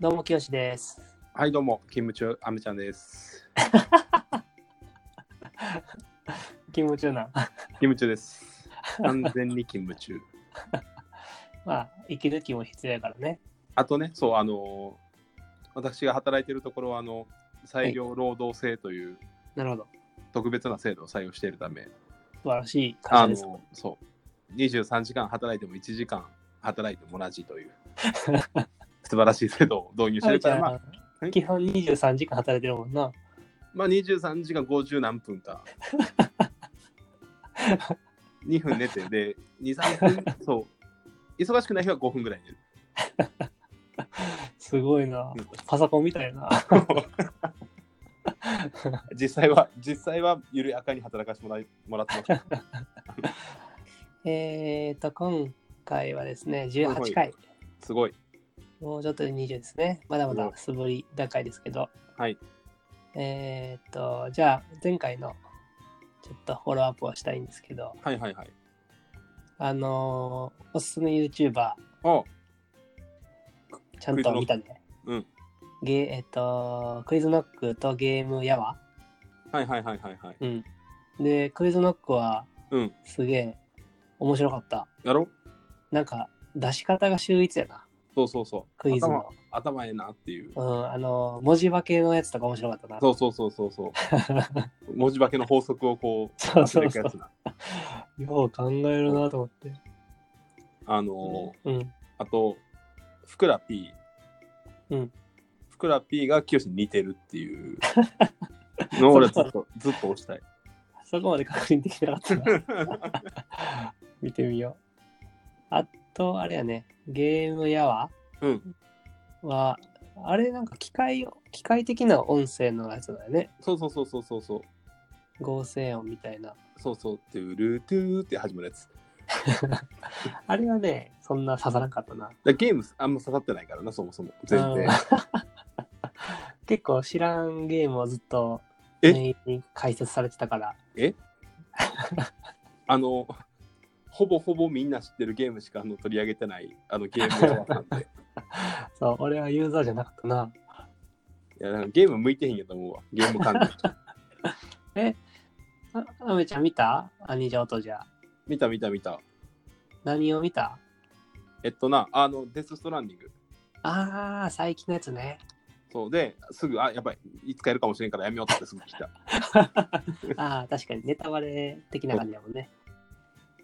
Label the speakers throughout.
Speaker 1: どうも、きよしです。
Speaker 2: はい、どうも、勤務中、あめちゃんです。
Speaker 1: 気持ちよな。
Speaker 2: 勤務中です。完全に勤務中。
Speaker 1: まあ、息抜きも必要やからね。
Speaker 2: あとね、そう、あのー私が働いているところは、あの、採用労働制という
Speaker 1: なるほど。
Speaker 2: 特別な制度を採用しているため、
Speaker 1: 素晴らしい会
Speaker 2: あ
Speaker 1: 社
Speaker 2: の
Speaker 1: です。
Speaker 2: ーそう、23時間働いても1時間働いても同じ という、素晴らしい制度を導入して
Speaker 1: あ
Speaker 2: い
Speaker 1: れ
Speaker 2: る
Speaker 1: ち
Speaker 2: か
Speaker 1: ゃ
Speaker 2: ら、
Speaker 1: ん
Speaker 2: まあ、はい
Speaker 1: 基本23時間働いてるもんな。
Speaker 2: まあ、23時間50何分 か。2分寝て、で、2、3分、そう、忙しくない日は5分ぐらい寝る。
Speaker 1: すごいな
Speaker 2: うん。
Speaker 1: パソコンみたいな。
Speaker 2: 実際は、実際はゆるやかに働かせてもらいもらってました。
Speaker 1: えーと、今回はですね、18回。
Speaker 2: すごい。
Speaker 1: もうちょっとで20ですね。まだまだ素振り段階ですけど。
Speaker 2: はい。
Speaker 1: えーと、じゃあ、前回のちょっとフォローアップをしたいんですけど、
Speaker 2: はいはいはい。
Speaker 1: あのーおすすめ YouTuber、
Speaker 2: お
Speaker 1: ちゃんと見たね。
Speaker 2: うん。
Speaker 1: ゲーえっと、クイズノックとゲームやわ。
Speaker 2: はいはいはいはいはい。
Speaker 1: うん。で、クイズノックは
Speaker 2: うん。
Speaker 1: すげえ面白かった。
Speaker 2: やろう
Speaker 1: なんか出し方が秀逸やな。
Speaker 2: そうそうそう。
Speaker 1: クイズ
Speaker 2: 頭
Speaker 1: の。
Speaker 2: 頭ええなっていう。
Speaker 1: うん、あの、文字化けのやつとか面白かったな。
Speaker 2: そうそうそうそうそう。 文字化けの法則をこう、
Speaker 1: そうそうそう
Speaker 2: 当てていくやつな
Speaker 1: よう考えるなと思って。
Speaker 2: あのー、
Speaker 1: うん。
Speaker 2: あと、ふくら P。
Speaker 1: うん。
Speaker 2: ふくら P がきよしに似てるっ ていうのを俺はずっと、ずっと押したい。
Speaker 1: そこまで確認できなかったな。 見てみよう。あと、あれやね、ゲームやわ
Speaker 2: うん。
Speaker 1: は、あれなんか機械、機械的な音声のやつだよね。
Speaker 2: そうそうそうそうそうそう。
Speaker 1: 合成音みたいな。
Speaker 2: そうそう、トゥルートゥーって始まるやつ。だか
Speaker 1: あれはね、そんな刺さなかったな。
Speaker 2: らゲームあんま刺さってないからな、そもそも。全然。
Speaker 1: 結構知らんゲームをずっと
Speaker 2: え
Speaker 1: メインに解説されてたから。
Speaker 2: あの、ほぼほぼみんな知ってるゲームしかあの取り上げてないあのゲームがあった んで。
Speaker 1: そう、俺はユーザーじゃなかったな。
Speaker 2: いや、なんかゲーム向いてへんやと思うわ。ゲーム関係。
Speaker 1: あアメちゃん見たアニジャオトじゃ。
Speaker 2: 見た見た見た。
Speaker 1: 何を見た
Speaker 2: えっとな、あの、デスストランディング。
Speaker 1: あー、最近のやつね。
Speaker 2: そうで、すぐ、あ、やばい、いつかやるかもしれんからやめようってすぐ来た。
Speaker 1: あー、確かにネタバレ的な感じだもんね。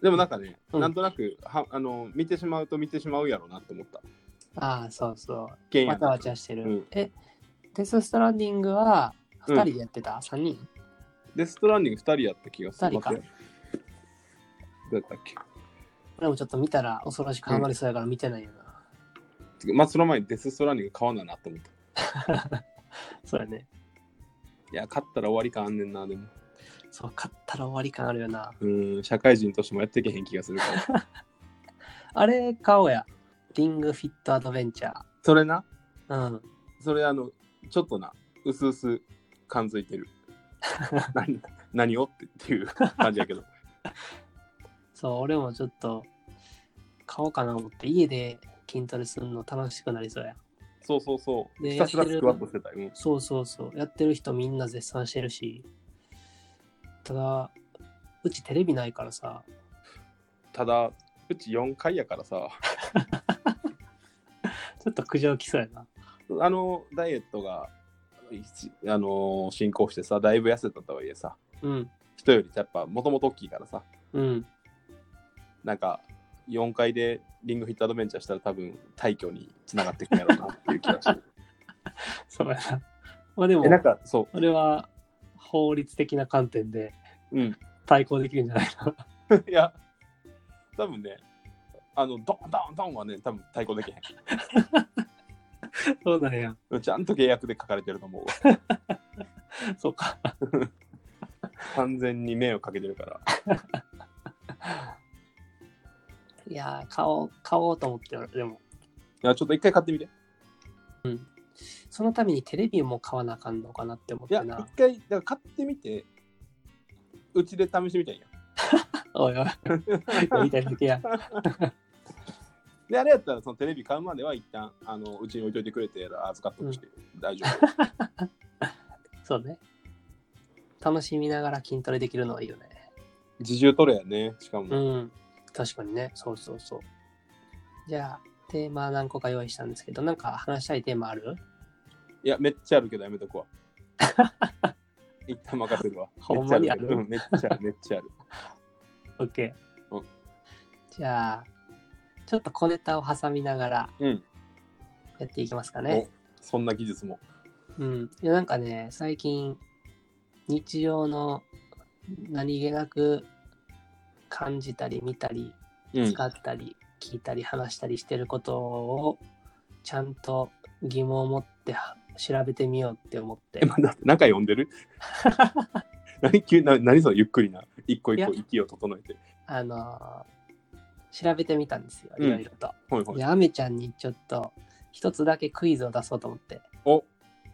Speaker 2: でもなんかね、
Speaker 1: うん
Speaker 2: なんとなくはあの、見てしまうと見てしまうやろうなって思った。
Speaker 1: あー、そうそ
Speaker 2: ゲ
Speaker 1: う。
Speaker 2: ー
Speaker 1: わ
Speaker 2: ム
Speaker 1: ちゃわちゃしてる。
Speaker 2: うん
Speaker 1: え、デスストランディングは
Speaker 2: うん
Speaker 1: 2人でやってた、?3 人
Speaker 2: デスストランディング2人やった気がする。
Speaker 1: 二人か
Speaker 2: 待ってどうやったっけ
Speaker 1: 俺もちょっと見たら恐ろしくハマりそうやから見てないよな。
Speaker 2: まあ、その前にデスストランディング買わななと思った。
Speaker 1: そうやね。
Speaker 2: いや、勝ったら終わり感あんねんな、でも。
Speaker 1: そう、勝ったら終わり感あるよな。
Speaker 2: うーん、社会人としてもやってけへん気がするから。
Speaker 1: あれ買おうや。リングフィットアドベンチャ
Speaker 2: それな、
Speaker 1: ー。うん。
Speaker 2: それあの、ちょっとな、うすうす感づい てる。何何をってっていう感じやけど。
Speaker 1: そう、俺もちょっと買おうかな思って、家で筋トレするの楽しくなりそうや。
Speaker 2: そうそうそう。
Speaker 1: ね
Speaker 2: ひたすらスクワットしてたよ。うん
Speaker 1: そうそうそう。やってる人みんな絶賛してるし。ただ、うちテレビないからさ、
Speaker 2: ただ、うち4回やからさ、
Speaker 1: ちょっと苦情来そうやな。
Speaker 2: あの、ダイエットが、いちあの進行してさ、だいぶ痩せたとはいえさ、
Speaker 1: うん。
Speaker 2: 人よりやっぱもともと大きいからさ、
Speaker 1: うん。
Speaker 2: なんか4階でリングフィットアドベンチャーしたら多分退去につながっていくんやろうなっていう気がして
Speaker 1: そうやな。まあでも
Speaker 2: え、なんかそ
Speaker 1: 俺は法律的な観点で
Speaker 2: ううん
Speaker 1: 対抗できるんじゃない の
Speaker 2: いや多分ねあのドンドンドンはね多分対抗できへん
Speaker 1: そうなんや。
Speaker 2: うんちゃんと契約で書かれてると思うわ
Speaker 1: そうか。
Speaker 2: 完全に迷惑かけてるから
Speaker 1: いやー、買おう、買おうと思ってる。でも、
Speaker 2: いやちょっと一回買ってみて
Speaker 1: そのためにテレビも買わなあかんのかなって思っ
Speaker 2: い
Speaker 1: て
Speaker 2: や
Speaker 1: な
Speaker 2: 一。回だから買ってみてうちで試してみたいんや
Speaker 1: おいおい。みたいな時や。
Speaker 2: で、あれやったら、そのテレビ買うまでは一旦、あの、うちに置いといてくれて、預かっとくして、大丈夫。
Speaker 1: そうね。楽しみながら筋トレできるのはいいよね。
Speaker 2: 自重トレやね、しかも。
Speaker 1: うん。確かにね。そうそうそう。じゃあ、テーマ何個か用意したんですけど、なんか話したいテーマある
Speaker 2: いや、めっちゃあるけどやめと くわ。一旦任せるわ。
Speaker 1: ほんまにある
Speaker 2: めっちゃあるけどうんめっちゃある、めっちゃある。
Speaker 1: ?OK。
Speaker 2: うん
Speaker 1: じゃあ、ちょっと小ネタを挟みながら
Speaker 2: うん。
Speaker 1: やっていきますかね。
Speaker 2: そんな技術も。
Speaker 1: うん。いや、なんかね、最近、日常の何気なく感じたり見たり
Speaker 2: うん。
Speaker 1: 使ったり聞いたり話したりしてることをちゃんと疑問を持っては調べてみようって思って
Speaker 2: え、まだ中読ん でる何急な何そのゆっくりな。一個一個
Speaker 1: い
Speaker 2: 息を整えて。
Speaker 1: あのー調べてみたんですよ
Speaker 2: うん
Speaker 1: いろいろと。
Speaker 2: はいはい。
Speaker 1: でアメちゃんにちょっと一つだけクイズを出そうと思って。
Speaker 2: お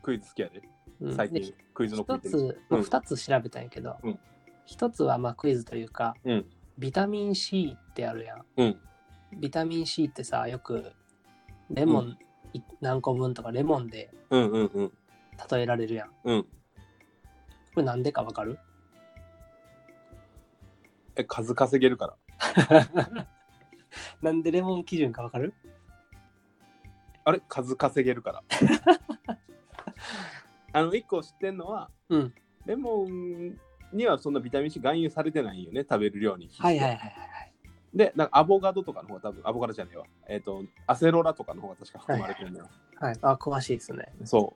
Speaker 2: クイズ好きやで。
Speaker 1: うん、
Speaker 2: 最
Speaker 1: で
Speaker 2: 近クイズのクイ
Speaker 1: 一
Speaker 2: ズ。
Speaker 1: つ、ま
Speaker 2: う
Speaker 1: あ、
Speaker 2: ん
Speaker 1: 二つ調べたんやけど、
Speaker 2: うん
Speaker 1: 一つはまあクイズというか、
Speaker 2: うん
Speaker 1: ビタミン C ってあるやん。
Speaker 2: うん。
Speaker 1: ビタミン C ってさよくレモ
Speaker 2: う
Speaker 1: ンい何個分とかレモンで
Speaker 2: うんうんうん。
Speaker 1: 例えられるやん。
Speaker 2: うん。
Speaker 1: これなんでかわか る
Speaker 2: え、数稼げるから。
Speaker 1: なんでレモン基準かわかる
Speaker 2: あれ数稼げるから。 あの、一個知ってんのは、
Speaker 1: うん。
Speaker 2: レモンにはそんなビタミン C 含有されてないよね、食べる量に。
Speaker 1: はいはいはいはいはい。
Speaker 2: で、なんかアボガドとかの方が多分、アボガドじゃねえわ。えっ、と、アセロラとかの方が確か含まれてるんだよ。
Speaker 1: はい、あ詳しいですね。
Speaker 2: そ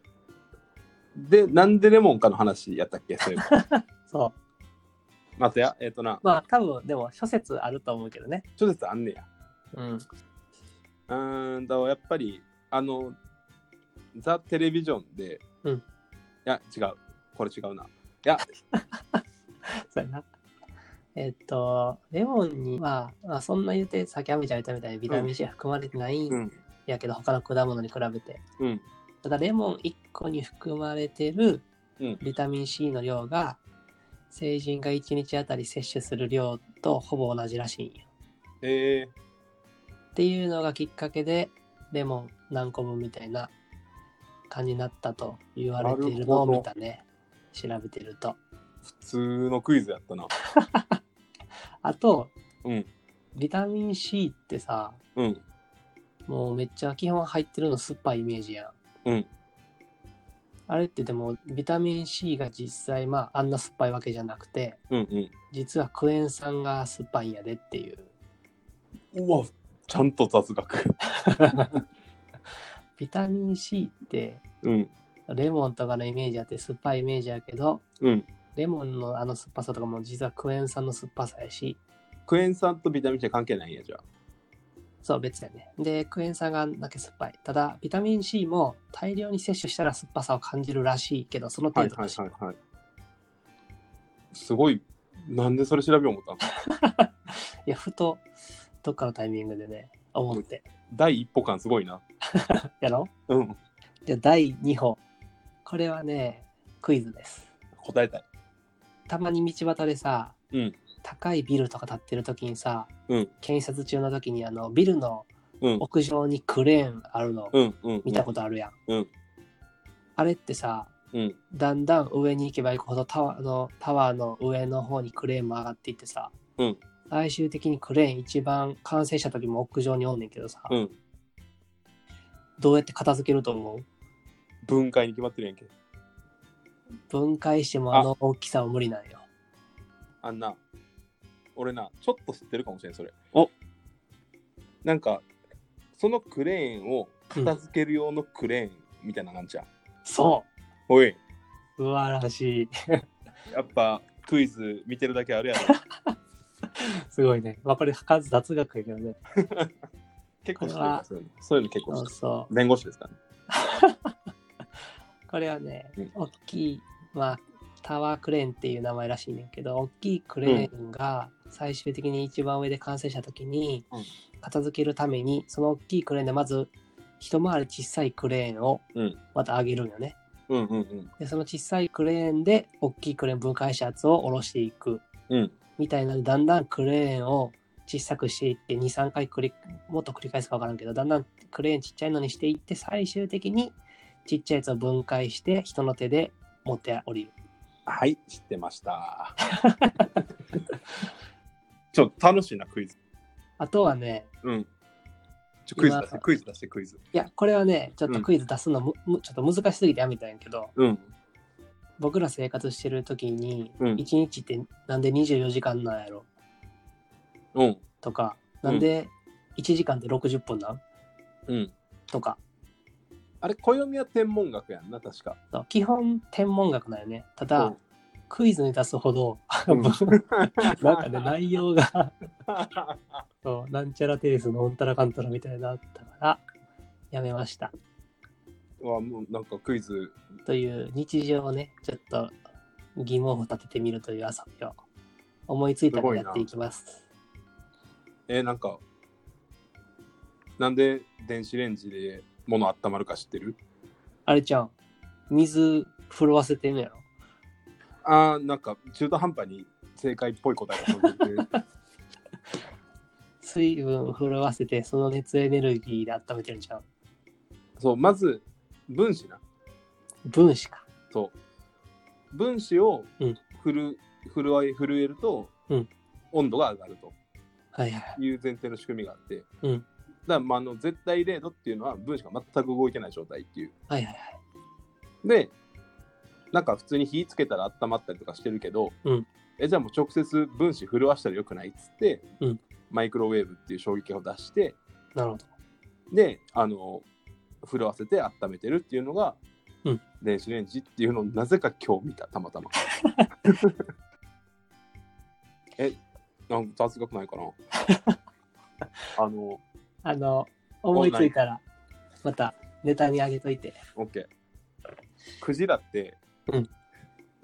Speaker 2: う。で、なんでレモンかの話やったっけそういえば。
Speaker 1: そう。
Speaker 2: 待てや、えっ、とな、
Speaker 1: まあ多分でも諸説あると思うけどね。
Speaker 2: 諸説あんねや。
Speaker 1: うん。
Speaker 2: うーんと、やっぱり、あの、ザ・テレビジョンで、
Speaker 1: うん
Speaker 2: いや、違う。これ違うな。いや、
Speaker 1: そうやな。えっと、レモンには、まあ、そんな言うて、さっきアミちゃん言ったみたいにビタミン C は含まれてない
Speaker 2: うんん、
Speaker 1: やけど、他の果物に比べて。
Speaker 2: うん、
Speaker 1: ただ、レモン1個に含まれてる
Speaker 2: うん
Speaker 1: ビタミン C の量が、成人が1日あたり摂取する量とほぼ同じらしいんよ。
Speaker 2: え
Speaker 1: っていうのがきっかけでレモン何個分みたいな感じになったと言われているのを見たね調べてると
Speaker 2: ー、普通のクイズやったな。
Speaker 1: あと
Speaker 2: うん、
Speaker 1: ビタミン C ってさ
Speaker 2: うん、
Speaker 1: もうめっちゃ基本入ってるの酸っぱいイメージやん
Speaker 2: うん
Speaker 1: あれってでもビタミン C が実際まああんな酸っぱいわけじゃなくて
Speaker 2: うん、うん。
Speaker 1: 実はクエン酸が酸っぱいんやでって いう
Speaker 2: うわ、ちゃんと雑学。
Speaker 1: ビタミン C って
Speaker 2: うん、
Speaker 1: レモンとかのイメージあって酸っぱいイメージやけど
Speaker 2: うん。
Speaker 1: レモンのあの酸っぱさとかも実はクエン酸の酸っぱさやし、
Speaker 2: クエン酸とビタミン C は関係ないんや、じゃあ。
Speaker 1: そう別だよね。で、クエン酸があんだけ酸っぱい。ただ、ビタミン C も大量に摂取したら酸っぱさを感じるらしいけど、その
Speaker 2: は
Speaker 1: 程
Speaker 2: い
Speaker 1: 度
Speaker 2: は
Speaker 1: だ
Speaker 2: い
Speaker 1: し、
Speaker 2: はいはい。すごい、なんでそれ調べよう思ったの
Speaker 1: いや、ふとどっかのタイミングでね、思って。
Speaker 2: 第一歩感すごいな。
Speaker 1: やろ
Speaker 2: うん、
Speaker 1: じゃあ、第2歩。これはね、クイズです。
Speaker 2: 答えたい。
Speaker 1: たまに道端でさ、
Speaker 2: うん
Speaker 1: 高いビルとか建ってる時にさ、
Speaker 2: うん
Speaker 1: 建設中の時にあのビルの
Speaker 2: うん、
Speaker 1: 屋上にクレーンあるの
Speaker 2: うん、うん。
Speaker 1: 見たことあるやん。
Speaker 2: うん
Speaker 1: あれってさ、
Speaker 2: うん。
Speaker 1: だんだん上に行けば行くほどタワーのタワーの上の方にクレーンも上がっていってさ、
Speaker 2: うん
Speaker 1: 最終的にクレーン一番完成した時も屋上におんねんけどさ、
Speaker 2: うん。
Speaker 1: どうやって片付けると思う
Speaker 2: 分解に決まってるやんけ。
Speaker 1: 分解してもあの大きさは無理なんよ。
Speaker 2: あんな、俺な、ちょっと知ってるかもしれん、それ。
Speaker 1: お
Speaker 2: なんか、そのクレーンを片付ける用のクレーンみたいななんちゃう
Speaker 1: そ
Speaker 2: おい、
Speaker 1: う素晴らしい。
Speaker 2: やっぱクイズ見てるだけあるやろ。
Speaker 1: すごいね。まあこれ数雑学やけどね。
Speaker 2: 結構知ってる
Speaker 1: これ
Speaker 2: か
Speaker 1: は
Speaker 2: そういうのそういうの結構知
Speaker 1: そ
Speaker 2: っ
Speaker 1: う
Speaker 2: て
Speaker 1: そ
Speaker 2: る。弁護士ですからね。
Speaker 1: う。これはね
Speaker 2: うん、
Speaker 1: 大きい、まあタワークレーンっていう名前らしいねんけど、大きいクレーンが最終的に一番上で完成した時に
Speaker 2: うん、
Speaker 1: 片付けるために、その大きいクレーンでまず一回り小さいクレーンを
Speaker 2: うん
Speaker 1: また上げるんよね。
Speaker 2: うんうんうん。
Speaker 1: で、その小さいクレーンで大きいクレーン分解したやつを下ろしていく。
Speaker 2: うん
Speaker 1: みたいなのでだんだんクレーンを小さくしていって23回繰りもっと繰り返すか分からんけどだんだんクレーンちっちゃいのにしていって最終的にちっちゃいやつを分解して人の手で持って降りる
Speaker 2: はい、知ってました。 ちょっと楽しいな、クイズ。
Speaker 1: あとはね
Speaker 2: うん。ちょクイズ出して、
Speaker 1: 今
Speaker 2: クイズ出して、クイズ。
Speaker 1: いやこれはねちょっとクイズ出すのむ、むちょっと難しすぎてやめたんやけど
Speaker 2: うん。
Speaker 1: 僕ら生活してる時に
Speaker 2: うん
Speaker 1: 1日ってなんで24時間なんやろ
Speaker 2: うん。
Speaker 1: とか
Speaker 2: うん
Speaker 1: なんで1時間って60分なん
Speaker 2: うん。
Speaker 1: とか
Speaker 2: あれ、暦は天文学やんな、確か。
Speaker 1: そう基本天文学なんよねただ、
Speaker 2: うん
Speaker 1: クイズに出すほど、
Speaker 2: うん
Speaker 1: なんかね内容が
Speaker 2: あ
Speaker 1: そうなんちゃらテレスのオンタラカンタラみたいなのあったからやめました
Speaker 2: もうなんかクイズ、
Speaker 1: という日常をねちょっと疑問を立ててみるという遊びを思いついたらやっていきます
Speaker 2: えーなんか、なんで電子レンジで物温まるか知ってる
Speaker 1: あれちゃん水震わせてんのやろ
Speaker 2: あー、なんか中途半端に正解っぽい答えが飛んで て、
Speaker 1: 水分を震わせてその熱エネルギーで温めてるんちゃう
Speaker 2: そう、まず分子な。
Speaker 1: 分子か
Speaker 2: そう。分子を
Speaker 1: うん
Speaker 2: 振る、震え、震えると、
Speaker 1: うん
Speaker 2: 温度が上がると。
Speaker 1: はいはい
Speaker 2: いう前提の仕組みがあって、
Speaker 1: うん
Speaker 2: だからまああの絶対0度っていうのは分子が全く動いてない状態っていう。
Speaker 1: はいはいはい
Speaker 2: で、なんか普通に火つけたら温まったりとかしてるけど、
Speaker 1: うん
Speaker 2: えじゃあもう直接分子震わしたらよくないっつって、
Speaker 1: うん
Speaker 2: マイクロウェーブっていう衝撃を出して、
Speaker 1: なるほど
Speaker 2: で、あの、震わせて温めてるっていうのが、
Speaker 1: うん
Speaker 2: 電子レンジっていうのをなぜか今日見た、たま たま。え、なんか雑学な いかなあの、
Speaker 1: あの、思いついたら、またネタにあげといて。
Speaker 2: オッケー。クジラって、
Speaker 1: うん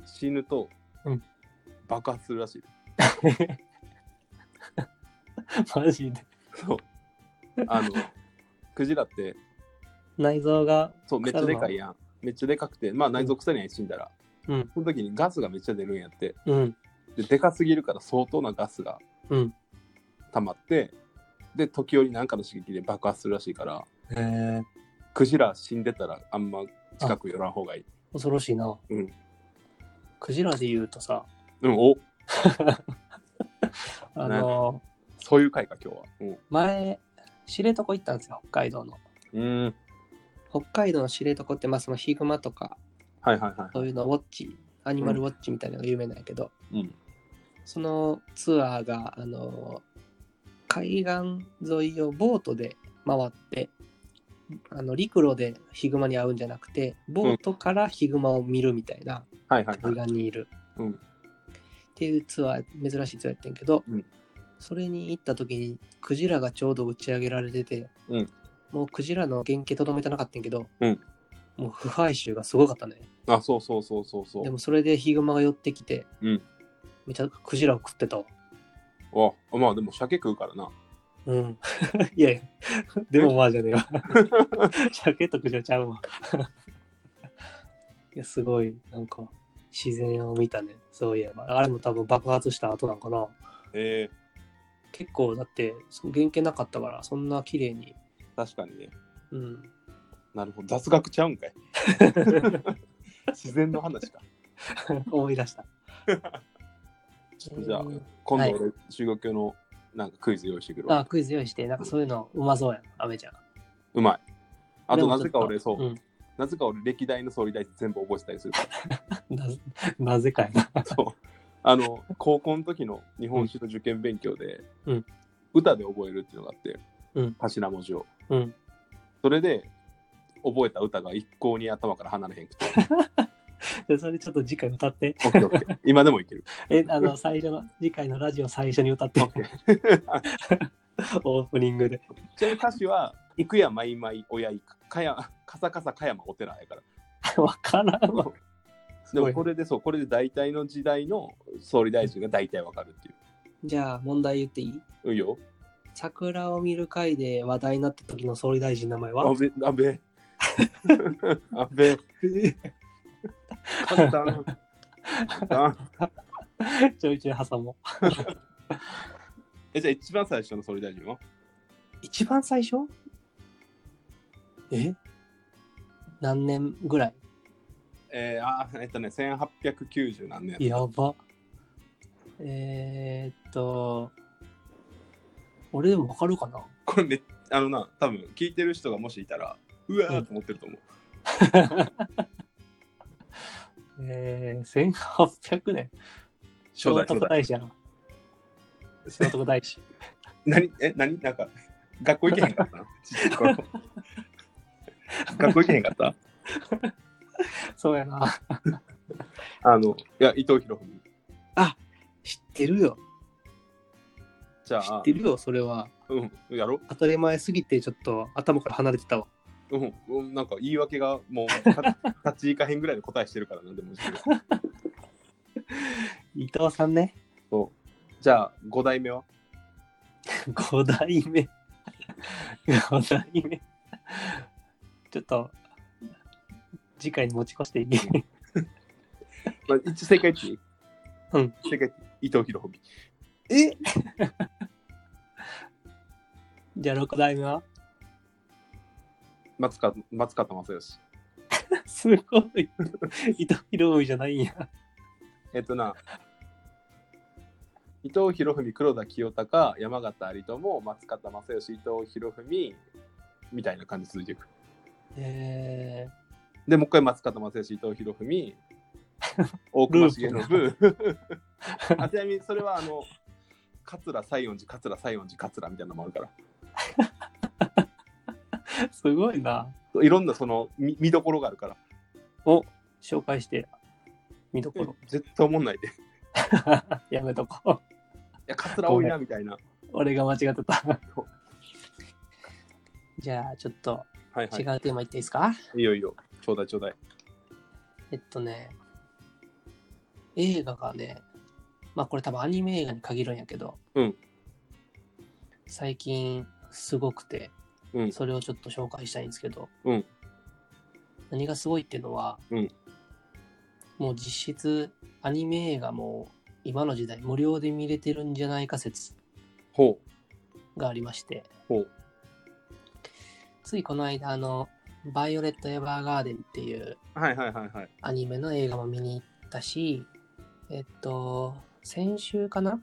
Speaker 2: 死ぬと、
Speaker 1: うん
Speaker 2: 爆発するらしい。
Speaker 1: マジで。
Speaker 2: そう。あの、クジラって、
Speaker 1: 内臓が、
Speaker 2: そう、めっちゃでかいやん。めっちゃでかくて、まあ内臓腐りやん、死んだら。
Speaker 1: うん、
Speaker 2: その時にガスがめっちゃ出るんやって。
Speaker 1: うん、
Speaker 2: で、でかすぎるから相当なガスが
Speaker 1: うん。
Speaker 2: 溜まって、で、時折なんかの刺激で爆発するらしいから、
Speaker 1: へえ、
Speaker 2: クジラ死んでたらあんま近く寄らん方がいい。
Speaker 1: 恐ろしいな。
Speaker 2: うん。
Speaker 1: クジラで言うとさ、
Speaker 2: うん、お
Speaker 1: あの、
Speaker 2: そういう回か、今日は。うん
Speaker 1: 前、知床行ったんですよ、北海道の。。
Speaker 2: うーん。
Speaker 1: 北海道の知床って、まあ、そのヒグマとか、
Speaker 2: はいはいは
Speaker 1: そういうのウォッチ、アニマルウォッチみたいなのが有名なんやけど、
Speaker 2: い。うん。
Speaker 1: そのツアーが、あの、海岸沿いをボートで回って、あの陸路でヒグマに会うんじゃなくて、ボートからヒグマを見るみたいな、
Speaker 2: はいはいはい
Speaker 1: 海。岸にいる、
Speaker 2: うん
Speaker 1: っていうツアー、珍しいツアーやってんけど、
Speaker 2: うん
Speaker 1: それに行った時に、クジラがちょうど打ち上げられてて、
Speaker 2: うん
Speaker 1: もうクジラの原型とどめてなかったんやけど、
Speaker 2: うん
Speaker 1: もう腐敗臭がすごかったね。
Speaker 2: あ、そうそうそうそうそう。
Speaker 1: でもそれでヒグマが寄ってきて、
Speaker 2: うん
Speaker 1: めちゃくちゃクジラを食ってたわ。
Speaker 2: わまあでも鮭食うからな。
Speaker 1: うん。いやいや、でもまあじゃねえわ。鮭とクジラちゃうわ。 いや、すごい、なんか、自然を見たね。そういえば。あれも多分爆発した後なんかな。
Speaker 2: え
Speaker 1: 結構、だって、その原型なかったから、そんな綺麗に。
Speaker 2: ー、確かにね。
Speaker 1: うん。
Speaker 2: なるほど。雑学ちゃうんかい。自然の 話か。
Speaker 1: 思い出した。
Speaker 2: じゃあ
Speaker 1: うん
Speaker 2: 今
Speaker 1: はい
Speaker 2: 度俺、中国教のなんかクイズ用意してくるわ。
Speaker 1: あ、クイズ用意して、なんかそういうのうまそうやん、アメちゃん。
Speaker 2: うまい。あ
Speaker 1: で
Speaker 2: と、
Speaker 1: も
Speaker 2: な
Speaker 1: ちょっ
Speaker 2: ぜか俺、そう。
Speaker 1: うん
Speaker 2: なぜか俺、歴代の総理大臣全部覚えてたりするか
Speaker 1: ななぜか いな。
Speaker 2: ら。そう。あの、高校の時の日本史の受験勉強で、
Speaker 1: うん
Speaker 2: 歌で覚えるっていうのがあって、
Speaker 1: うん
Speaker 2: 頭文字を。
Speaker 1: うん。
Speaker 2: それで、覚えた歌が一向に頭から離れへんくて。
Speaker 1: でそれちょっと次回歌って。
Speaker 2: オッケーオッケー 今でもいける。
Speaker 1: え、あ の、最初の、次回のラジオ最初に歌って
Speaker 2: オッ、ケー
Speaker 1: オープニングで。
Speaker 2: ちなみに歌詞は、行くやまいまい親いか、かや、かさかさかやまお寺やから。
Speaker 1: わ からんわ。
Speaker 2: でも
Speaker 1: すご
Speaker 2: こ
Speaker 1: い
Speaker 2: れでそう、これで大体の時代の総理大臣が大体わかるってい。
Speaker 1: じゃあ、問題言っていいう
Speaker 2: うんよ。
Speaker 1: 桜を見る会で話題になった時の総理大臣の名前は
Speaker 2: 安倍、安倍。 安倍、簡単。簡単
Speaker 1: ちょいちょい挟も
Speaker 2: え、じゃあ一番最初の総理大臣は
Speaker 1: 一番最初え何年ぐらい
Speaker 2: えー、あー、えっとね、1890何年
Speaker 1: やば。えー、っと、俺でもわかるか な
Speaker 2: これめっあのな、多分聞いてる人がもしいたら、うわーって思ってると思う。
Speaker 1: えー、1800年。
Speaker 2: 初
Speaker 1: 聖
Speaker 2: 代、初
Speaker 1: 徳
Speaker 2: 代。
Speaker 1: 太子やな。聖徳太子。
Speaker 2: 何、え、何なんか、学校行けへん かったちっちゃい頃学校行けへんかった
Speaker 1: そうやな。
Speaker 2: あの、いや、伊藤博文。
Speaker 1: 知ってるよ。
Speaker 2: じゃ
Speaker 1: 知
Speaker 2: あ
Speaker 1: っ、てるよ、それは。
Speaker 2: うん、やろ
Speaker 1: 当たり前すぎて、ちょっと頭から離れてたわ。
Speaker 2: うん、うん、なんか言い訳がもう、た立ち行かへんぐらいの答えしてるからな、でも。
Speaker 1: 伊藤さんね。
Speaker 2: じゃあ、5代目は
Speaker 1: 5代目。5代目。ちょっと、次回に持ち越していけ。
Speaker 2: まあ、一正解っていい
Speaker 1: うん。
Speaker 2: 正解っていい伊藤博文。
Speaker 1: え じゃあ6代目は
Speaker 2: 松川松方正義。
Speaker 1: すごい。伊藤博文じゃないんや。
Speaker 2: えっとな、伊藤博文、黒田清隆、山形有朋、松方正義、伊藤博文、みたいな感じ続いていく。
Speaker 1: え
Speaker 2: で、もう一回松方正義、伊藤博 文、大隈重信。 あちなみにそれはあの、桂西園寺、桂西園寺、桂みたいなのもあるから。
Speaker 1: ー、すごいな。
Speaker 2: いろんなその見見どころがあるから。
Speaker 1: を紹介して、見どこ ろ。
Speaker 2: 絶対思んないで。い
Speaker 1: やめとこう。
Speaker 2: や、桂多いなみたいな。
Speaker 1: 俺が間違ってた
Speaker 2: そう。
Speaker 1: じゃあ、ちょっと
Speaker 2: はいは
Speaker 1: 違。
Speaker 2: いう
Speaker 1: テーマいっていいですか、
Speaker 2: いいよいいよ。ちょうだいちょうだい。
Speaker 1: えっとね、映画がね、まあこれ多分アニメ映画に限るんやけど、
Speaker 2: うん
Speaker 1: 最近すごくて、
Speaker 2: うん
Speaker 1: それをちょっと紹介したいんですけど、
Speaker 2: うん
Speaker 1: 何がすごいっていうのは、
Speaker 2: うん
Speaker 1: もう実質アニメ映画も今の時代無料で見れてるんじゃないか説
Speaker 2: ほう。
Speaker 1: がありまして、
Speaker 2: ほう。
Speaker 1: ついこの間あの、バイオレット・エヴァーガーデンっていう
Speaker 2: はいはいはいはい。
Speaker 1: アニメの映画も見に行ったし、えっと、先週かな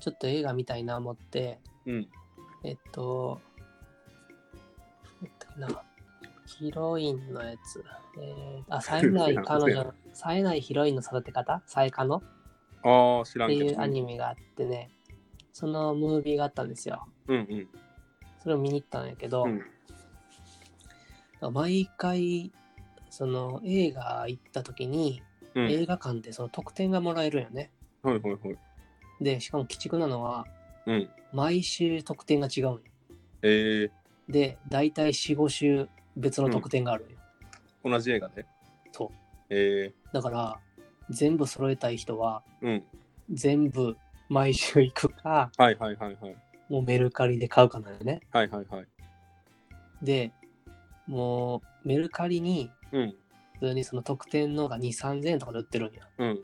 Speaker 1: ちょっと映画見たいな思って、
Speaker 2: うん。
Speaker 1: えっと、なんだっけな、ヒロインのやつ、えーあ、冴えない彼女 の、冴えないヒロインの育て方、冴えかのっ
Speaker 2: ああ、知らん
Speaker 1: て
Speaker 2: けど。
Speaker 1: いうアニメがあってね、そのムービーがあったんですよ。
Speaker 2: うんうん。
Speaker 1: それを見に行ったんやけど、
Speaker 2: うん
Speaker 1: 毎回、その映画行った時に、
Speaker 2: うん。
Speaker 1: 映画館でその特典がもらえるんよね。
Speaker 2: はいはいはい。
Speaker 1: で、しかも鬼畜なのは、
Speaker 2: うん。
Speaker 1: 毎週得点が違うんよ
Speaker 2: えー、
Speaker 1: で、大体4、5週別の得点があるんよ、
Speaker 2: 同じ映画で
Speaker 1: そう。
Speaker 2: え
Speaker 1: だから、全部揃えたい人は、
Speaker 2: ー、うん。
Speaker 1: 全部毎週行くか、
Speaker 2: はいはいはいはい。
Speaker 1: もうメルカリで買うかなんよね。
Speaker 2: はいはいはい。
Speaker 1: で、もうメルカリに、
Speaker 2: うん。
Speaker 1: 普通にその得点のが2、3000円とかで売ってるんや。
Speaker 2: うん。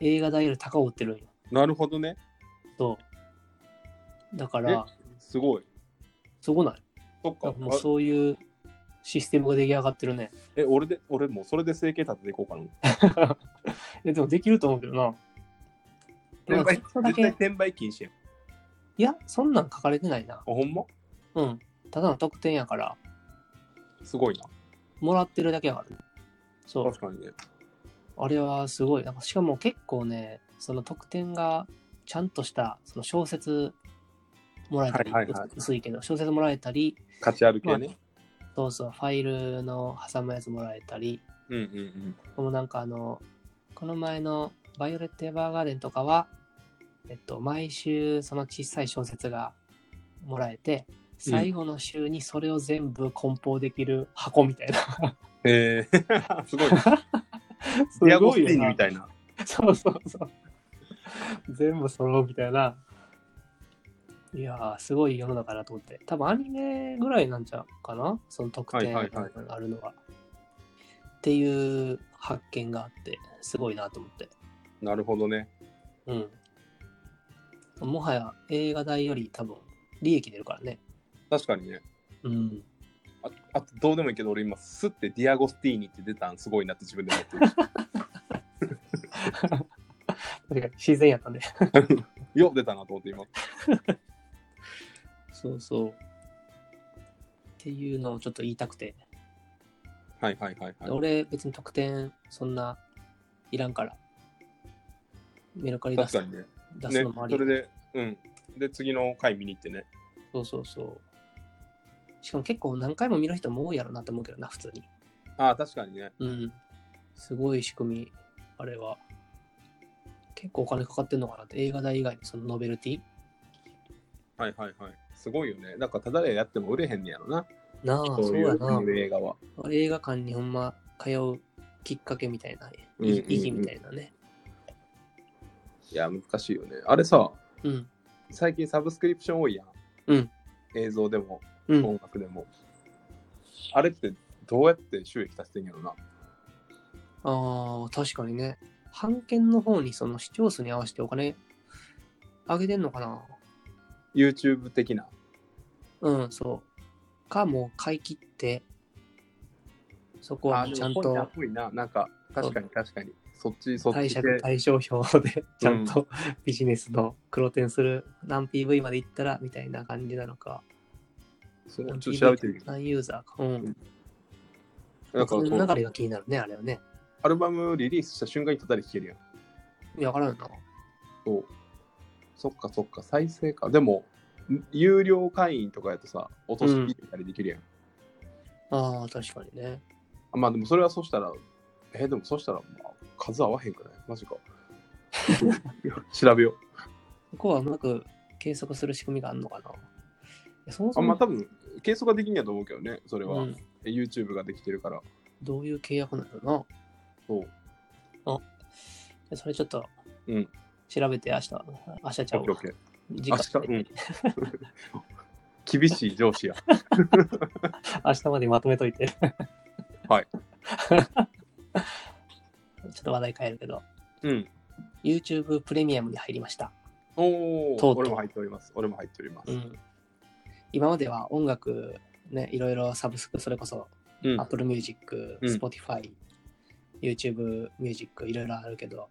Speaker 1: 映画代より高を売ってるんよ。
Speaker 2: なるほどね。
Speaker 1: そう。だから、
Speaker 2: すごい。
Speaker 1: すごない。
Speaker 2: そっ
Speaker 1: だ
Speaker 2: か
Speaker 1: から。もうそういうシステムが出来上がってるね。
Speaker 2: あえ、俺で、俺もうそれで整形立てていこうかな。
Speaker 1: えでもできると思うけどな。まあちょっとだ
Speaker 2: 絶
Speaker 1: け
Speaker 2: 対転売禁止やん。あ、
Speaker 1: いや、そんなん書かれてないな。
Speaker 2: ほんま
Speaker 1: うん。ただの特典やから、
Speaker 2: すごいな。
Speaker 1: もらってるだけやから、ね。そう。
Speaker 2: 確かにね。
Speaker 1: あれはすごい。なんかしかも結構ね、その特典がちゃんとした、その小説もらえたり、
Speaker 2: はいはいはい
Speaker 1: 薄いけど、小説もらえたり、
Speaker 2: 価値ある系ね。
Speaker 1: そうそう、ファイルの挟むやつもらえたり、
Speaker 2: うんうん
Speaker 1: もうなんかあの、この前のバイオレット・エヴァーガーデンとかは、えっと、毎週その小さい小説がもらえて、最後の週にそれを全部梱包できる箱みたいな。
Speaker 2: うん。えー、 すごいな。
Speaker 1: す
Speaker 2: ディアゴスティー
Speaker 1: な
Speaker 2: ニみたいな。
Speaker 1: そうそうそう。全部揃うみたいな。いやー、すごい世の中だと思って。多分アニメぐらいなんちゃうかなその特典
Speaker 2: は
Speaker 1: が
Speaker 2: いはいはい
Speaker 1: あるのは。っていう発見があって、すごいなと思って。
Speaker 2: なるほどね。
Speaker 1: うん。もはや映画代より多分利益出るからね。
Speaker 2: 確かにね。
Speaker 1: うん。
Speaker 2: ああとどうでもいいけど俺今スッてディアゴスティーニって出たんすごいなって自分で思ってる
Speaker 1: 確かに自然やったね。
Speaker 2: よう出たなと思って今
Speaker 1: そうそう。っていうのをちょっと言いたくて。
Speaker 2: はいはいはいはい
Speaker 1: 俺別に得点そんないらんから。メルカリ出
Speaker 2: 確
Speaker 1: す
Speaker 2: かにね
Speaker 1: 出す
Speaker 2: ね
Speaker 1: のもあり
Speaker 2: それでうんで次の回見に行ってね
Speaker 1: そうそうそう。しかも結構何回も見る人も多いやろなと思うけどな、普通に。
Speaker 2: ああ確かにね
Speaker 1: うん。すごい仕組み、あれは。結構お金かかってんのかなって、映画代以外にそのノベルティ
Speaker 2: はいはいはいすごいよねなんかただでやっても売れへんねやろな
Speaker 1: なあ、
Speaker 2: そ
Speaker 1: そうう
Speaker 2: い
Speaker 1: や
Speaker 2: う
Speaker 1: な。
Speaker 2: 映画は
Speaker 1: 映画館にほんま通うきっかけみたいな、
Speaker 2: うんうんうん
Speaker 1: 意意義みたいなね。
Speaker 2: いや難しいよねあれさ
Speaker 1: うん。
Speaker 2: 最近サブスクリプション多いやん
Speaker 1: うん。
Speaker 2: 映像でも
Speaker 1: うん。
Speaker 2: 音楽でも、あれってどうやって収益達成やろな
Speaker 1: ああ、確かにね。版権の方にその視聴数に合わせてお金上げてんのかな
Speaker 2: YouTube 的な
Speaker 1: うん、そう。か、もう買い切って、そこ
Speaker 2: あ
Speaker 1: は
Speaker 2: でも
Speaker 1: ちゃん
Speaker 2: 本屋
Speaker 1: と
Speaker 2: っぽいななんか確かに確かにそっちそっ
Speaker 1: 貸
Speaker 2: ちで
Speaker 1: 借対照表でちゃんと ビジネスの黒点する何 PV までいったらみたいな感じなのか。
Speaker 2: そうちょ
Speaker 1: 何
Speaker 2: っと調べてみる
Speaker 1: PV 何ユーザーか。うん。
Speaker 2: なんか
Speaker 1: そ
Speaker 2: こ
Speaker 1: の流
Speaker 2: う
Speaker 1: れが気になるね、あれはね。
Speaker 2: アルバムリリースした瞬間にたたり聴けるやん
Speaker 1: いや、わからんな。
Speaker 2: そうそっかそっか再生かでもん有料会員とかやとさ落とし聞いたりできるやん、
Speaker 1: ああ、確かにね。
Speaker 2: あまあでもそれはそしたらえでもそしたら、まあ、数合わへんくないマジか 調べよう
Speaker 1: そこはうまく計測する仕組みがあるのかな。いや そも
Speaker 2: あ
Speaker 1: そ
Speaker 2: まあ
Speaker 1: も、
Speaker 2: 多分計測ができんやと思うけどねそれは、
Speaker 1: うん
Speaker 2: YouTube ができてるから
Speaker 1: どういう契約なのか
Speaker 2: そう
Speaker 1: な。それちょっと
Speaker 2: うん
Speaker 1: 調べて明日、明日ちゃう
Speaker 2: オッケー
Speaker 1: わ
Speaker 2: オッケー
Speaker 1: 次
Speaker 2: 明
Speaker 1: 回
Speaker 2: 日、 うん、厳しい上司や
Speaker 1: 明日までまとめといて。
Speaker 2: はい。
Speaker 1: ちょっと話題変えるけど、
Speaker 2: うん。
Speaker 1: YouTube プレミアムに入りました。
Speaker 2: お
Speaker 1: と
Speaker 2: お、
Speaker 1: うとう
Speaker 2: 俺も入っております。俺も入っております。
Speaker 1: うん。今までは音楽、ね、いろいろサブスク、それこそ
Speaker 2: うん
Speaker 1: Apple Music、
Speaker 2: うん
Speaker 1: Spotify、YouTube Music、いろいろあるけど、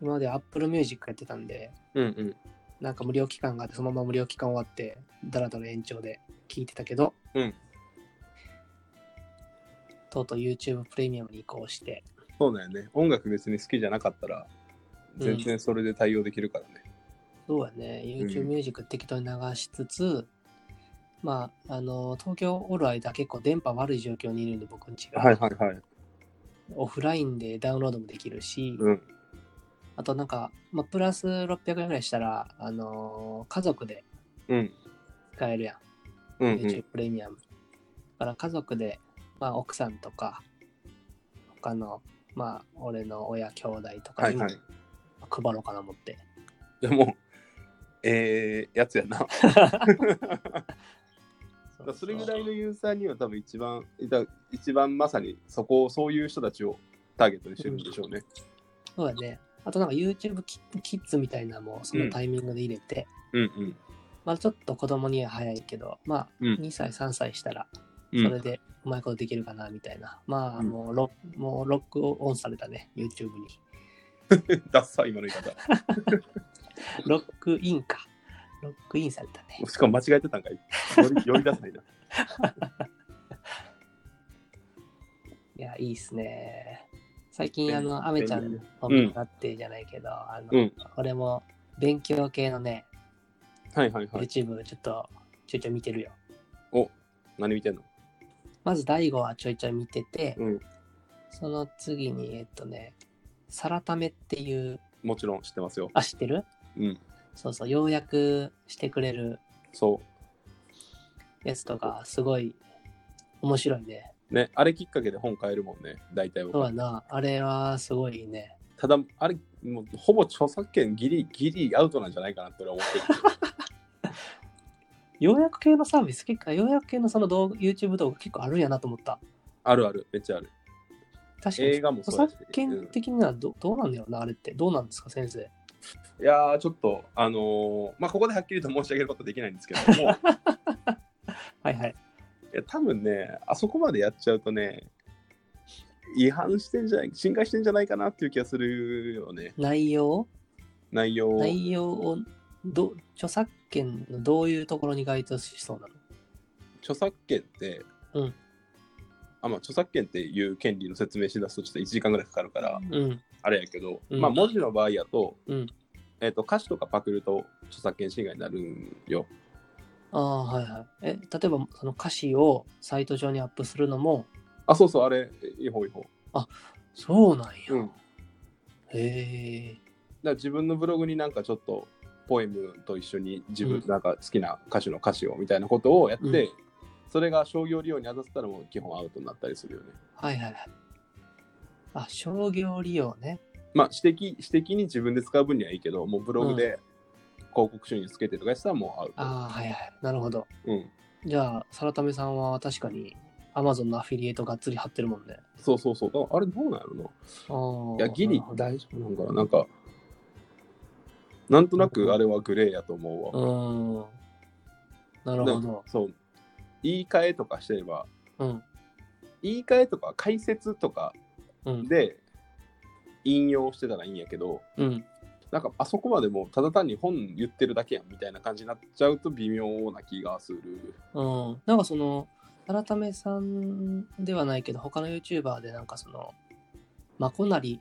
Speaker 1: 今までは Apple Music やってたんで、
Speaker 2: うんうん
Speaker 1: なんか無料期間があって、そのまま無料期間終わって、だらだら延長で聞いてたけど、
Speaker 2: うん
Speaker 1: とうとう YouTube プレミアムに移行して、
Speaker 2: そうだよね。音楽別に好きじゃなかったら、全然それで対応できるからね。
Speaker 1: そうやね、YouTube
Speaker 2: うん
Speaker 1: ミュージック適当に流しつつ、まあ、あの、東京おる間結構電波悪い状況にいるんで、僕んちが。
Speaker 2: はいはいはい。
Speaker 1: オフラインでダウンロードもできるし、
Speaker 2: うん。
Speaker 1: あとなんか、まあ、プラス600円ぐらいしたら、あのー家族で
Speaker 2: うん。
Speaker 1: 使えるや
Speaker 2: うん
Speaker 1: ん、
Speaker 2: う
Speaker 1: YouTube
Speaker 2: ん。
Speaker 1: プレミアム。だから家族で、まあ、奥さんとか、他の、まあ、俺の親、兄弟とか
Speaker 2: は
Speaker 1: に
Speaker 2: い
Speaker 1: も
Speaker 2: は
Speaker 1: 配
Speaker 2: い。
Speaker 1: ろうかな思って。
Speaker 2: でも、ええやつや な。だからそれぐらいのユーザーには多分一番、いた一番まさにそこを、そういう人たちをターゲットにしてるんでしょうね。
Speaker 1: そうだね。あとなんか YouTube キキッズみたいなのもそのタイミングで入れて、
Speaker 2: うん
Speaker 1: まあちょっと子供には早いけど、まあ
Speaker 2: うん
Speaker 1: 2歳、3歳したら
Speaker 2: う
Speaker 1: そ
Speaker 2: ん。う
Speaker 1: れ
Speaker 2: ん、
Speaker 1: でうまいことできるかなみたいな。まあ
Speaker 2: うん
Speaker 1: もうロ,、もうロックオンされたね、YouTube に。
Speaker 2: ダッサい今の言い方。
Speaker 1: ロックインか。ロックインされたね。
Speaker 2: しかも間違えてたんかい。よ りよりダサいな。
Speaker 1: いや、いいっすね。最近、あ
Speaker 2: 便
Speaker 1: の、
Speaker 2: 利
Speaker 1: アメちゃん
Speaker 2: 便利
Speaker 1: の見習ってじゃないけど、あの、
Speaker 2: うん
Speaker 1: 俺も勉強系のね、
Speaker 2: はいはいはい。
Speaker 1: YouTube ちょっとちょいちょい見てるよ。
Speaker 2: お、何見てんの
Speaker 1: まず第5はちょいちょい見てて、
Speaker 2: うん。
Speaker 1: その次に、えっとね、サラタメっていう、
Speaker 2: もちろん知ってますよ。
Speaker 1: あ、知ってる
Speaker 2: うん。
Speaker 1: そうそう、要約してくれる
Speaker 2: そ
Speaker 1: やつとか、すごい面白いね。
Speaker 2: う。ね、あれきっかけで本買えるもんね、大体
Speaker 1: そう
Speaker 2: は。
Speaker 1: やな、あれはすごいね。
Speaker 2: ただ、あれ、もうほぼ著作権ギリギリアウトなんじゃないかなって俺は思ってる。
Speaker 1: 要約系のサービス、結構、要約系のその動画 YouTube 動画結構あるんやなと思った。
Speaker 2: あるある、めっちゃある。
Speaker 1: 確かに。
Speaker 2: 映画も
Speaker 1: 著
Speaker 2: そうやし
Speaker 1: 作権的にはどどうなんだろうな、あれって。どうなんですか、先生。
Speaker 2: いやー、ちょっと、あのーまあ、ここではっきりと申し上げることはできないんです けども、い
Speaker 1: はいはい。
Speaker 2: や多分ね、あそこまでやっちゃうとね、違反してんじゃない、侵害してんじゃないかなっていう気がするよね、
Speaker 1: 内容
Speaker 2: 内容を。
Speaker 1: 内容をど、著作権のどういうところに該当しそうなの
Speaker 2: 著作権って、
Speaker 1: うん
Speaker 2: あまあ、著作権っていう権利の説明しだすとちょっと1時間ぐらいかかるから、
Speaker 1: うん。
Speaker 2: あれやけど、
Speaker 1: うん
Speaker 2: まあ文字の場合やと,、
Speaker 1: うん
Speaker 2: えっと歌詞とかパクると著作権侵害になるんよ。
Speaker 1: ああ、はいはい。え、例えばその歌詞をサイト上にアップするのも、
Speaker 2: あそうそうあれ違法違法。
Speaker 1: そうなんや。
Speaker 2: うん、だか
Speaker 1: へえ。
Speaker 2: ら自分のブログになんかちょっとポエムと一緒に自分
Speaker 1: うん
Speaker 2: なんか好きな歌手の歌詞をみたいなことをやって、
Speaker 1: うん
Speaker 2: それが商業利用に当たったらもう基本アウトになったりするよね。
Speaker 1: はいはいはい。あ、商業利用ね。
Speaker 2: まあ私的私的に自分で使う分にはいいけどもうブログで広告収入つけてとかしたらもうアウト。
Speaker 1: ああ、はいはい。なるほど。
Speaker 2: うん、
Speaker 1: じゃあ、サラタメさんは確かに Amazon のアフィリエイトがっつり貼ってるもんね。
Speaker 2: そうそうそうだからあれどうなんやろな
Speaker 1: あ
Speaker 2: いや、ギリ
Speaker 1: だ
Speaker 2: 大丈夫なんかな。なんか、なんとなくあれはグレーやと思う
Speaker 1: う
Speaker 2: わ。
Speaker 1: ーん。なるほ
Speaker 2: なん
Speaker 1: ど
Speaker 2: か。そう。言い換えとかしてれば、
Speaker 1: うん。
Speaker 2: 言い換えとか解説とか
Speaker 1: うん。
Speaker 2: で引用してたらいいんやけど、
Speaker 1: うん。
Speaker 2: なんかあそこまでもうただ単に本言ってるだけやんみたいな感じになっちゃうと微妙な気がする。
Speaker 1: うん。なんかその、改めさんではないけど、他の YouTuber でなんかその、まこなり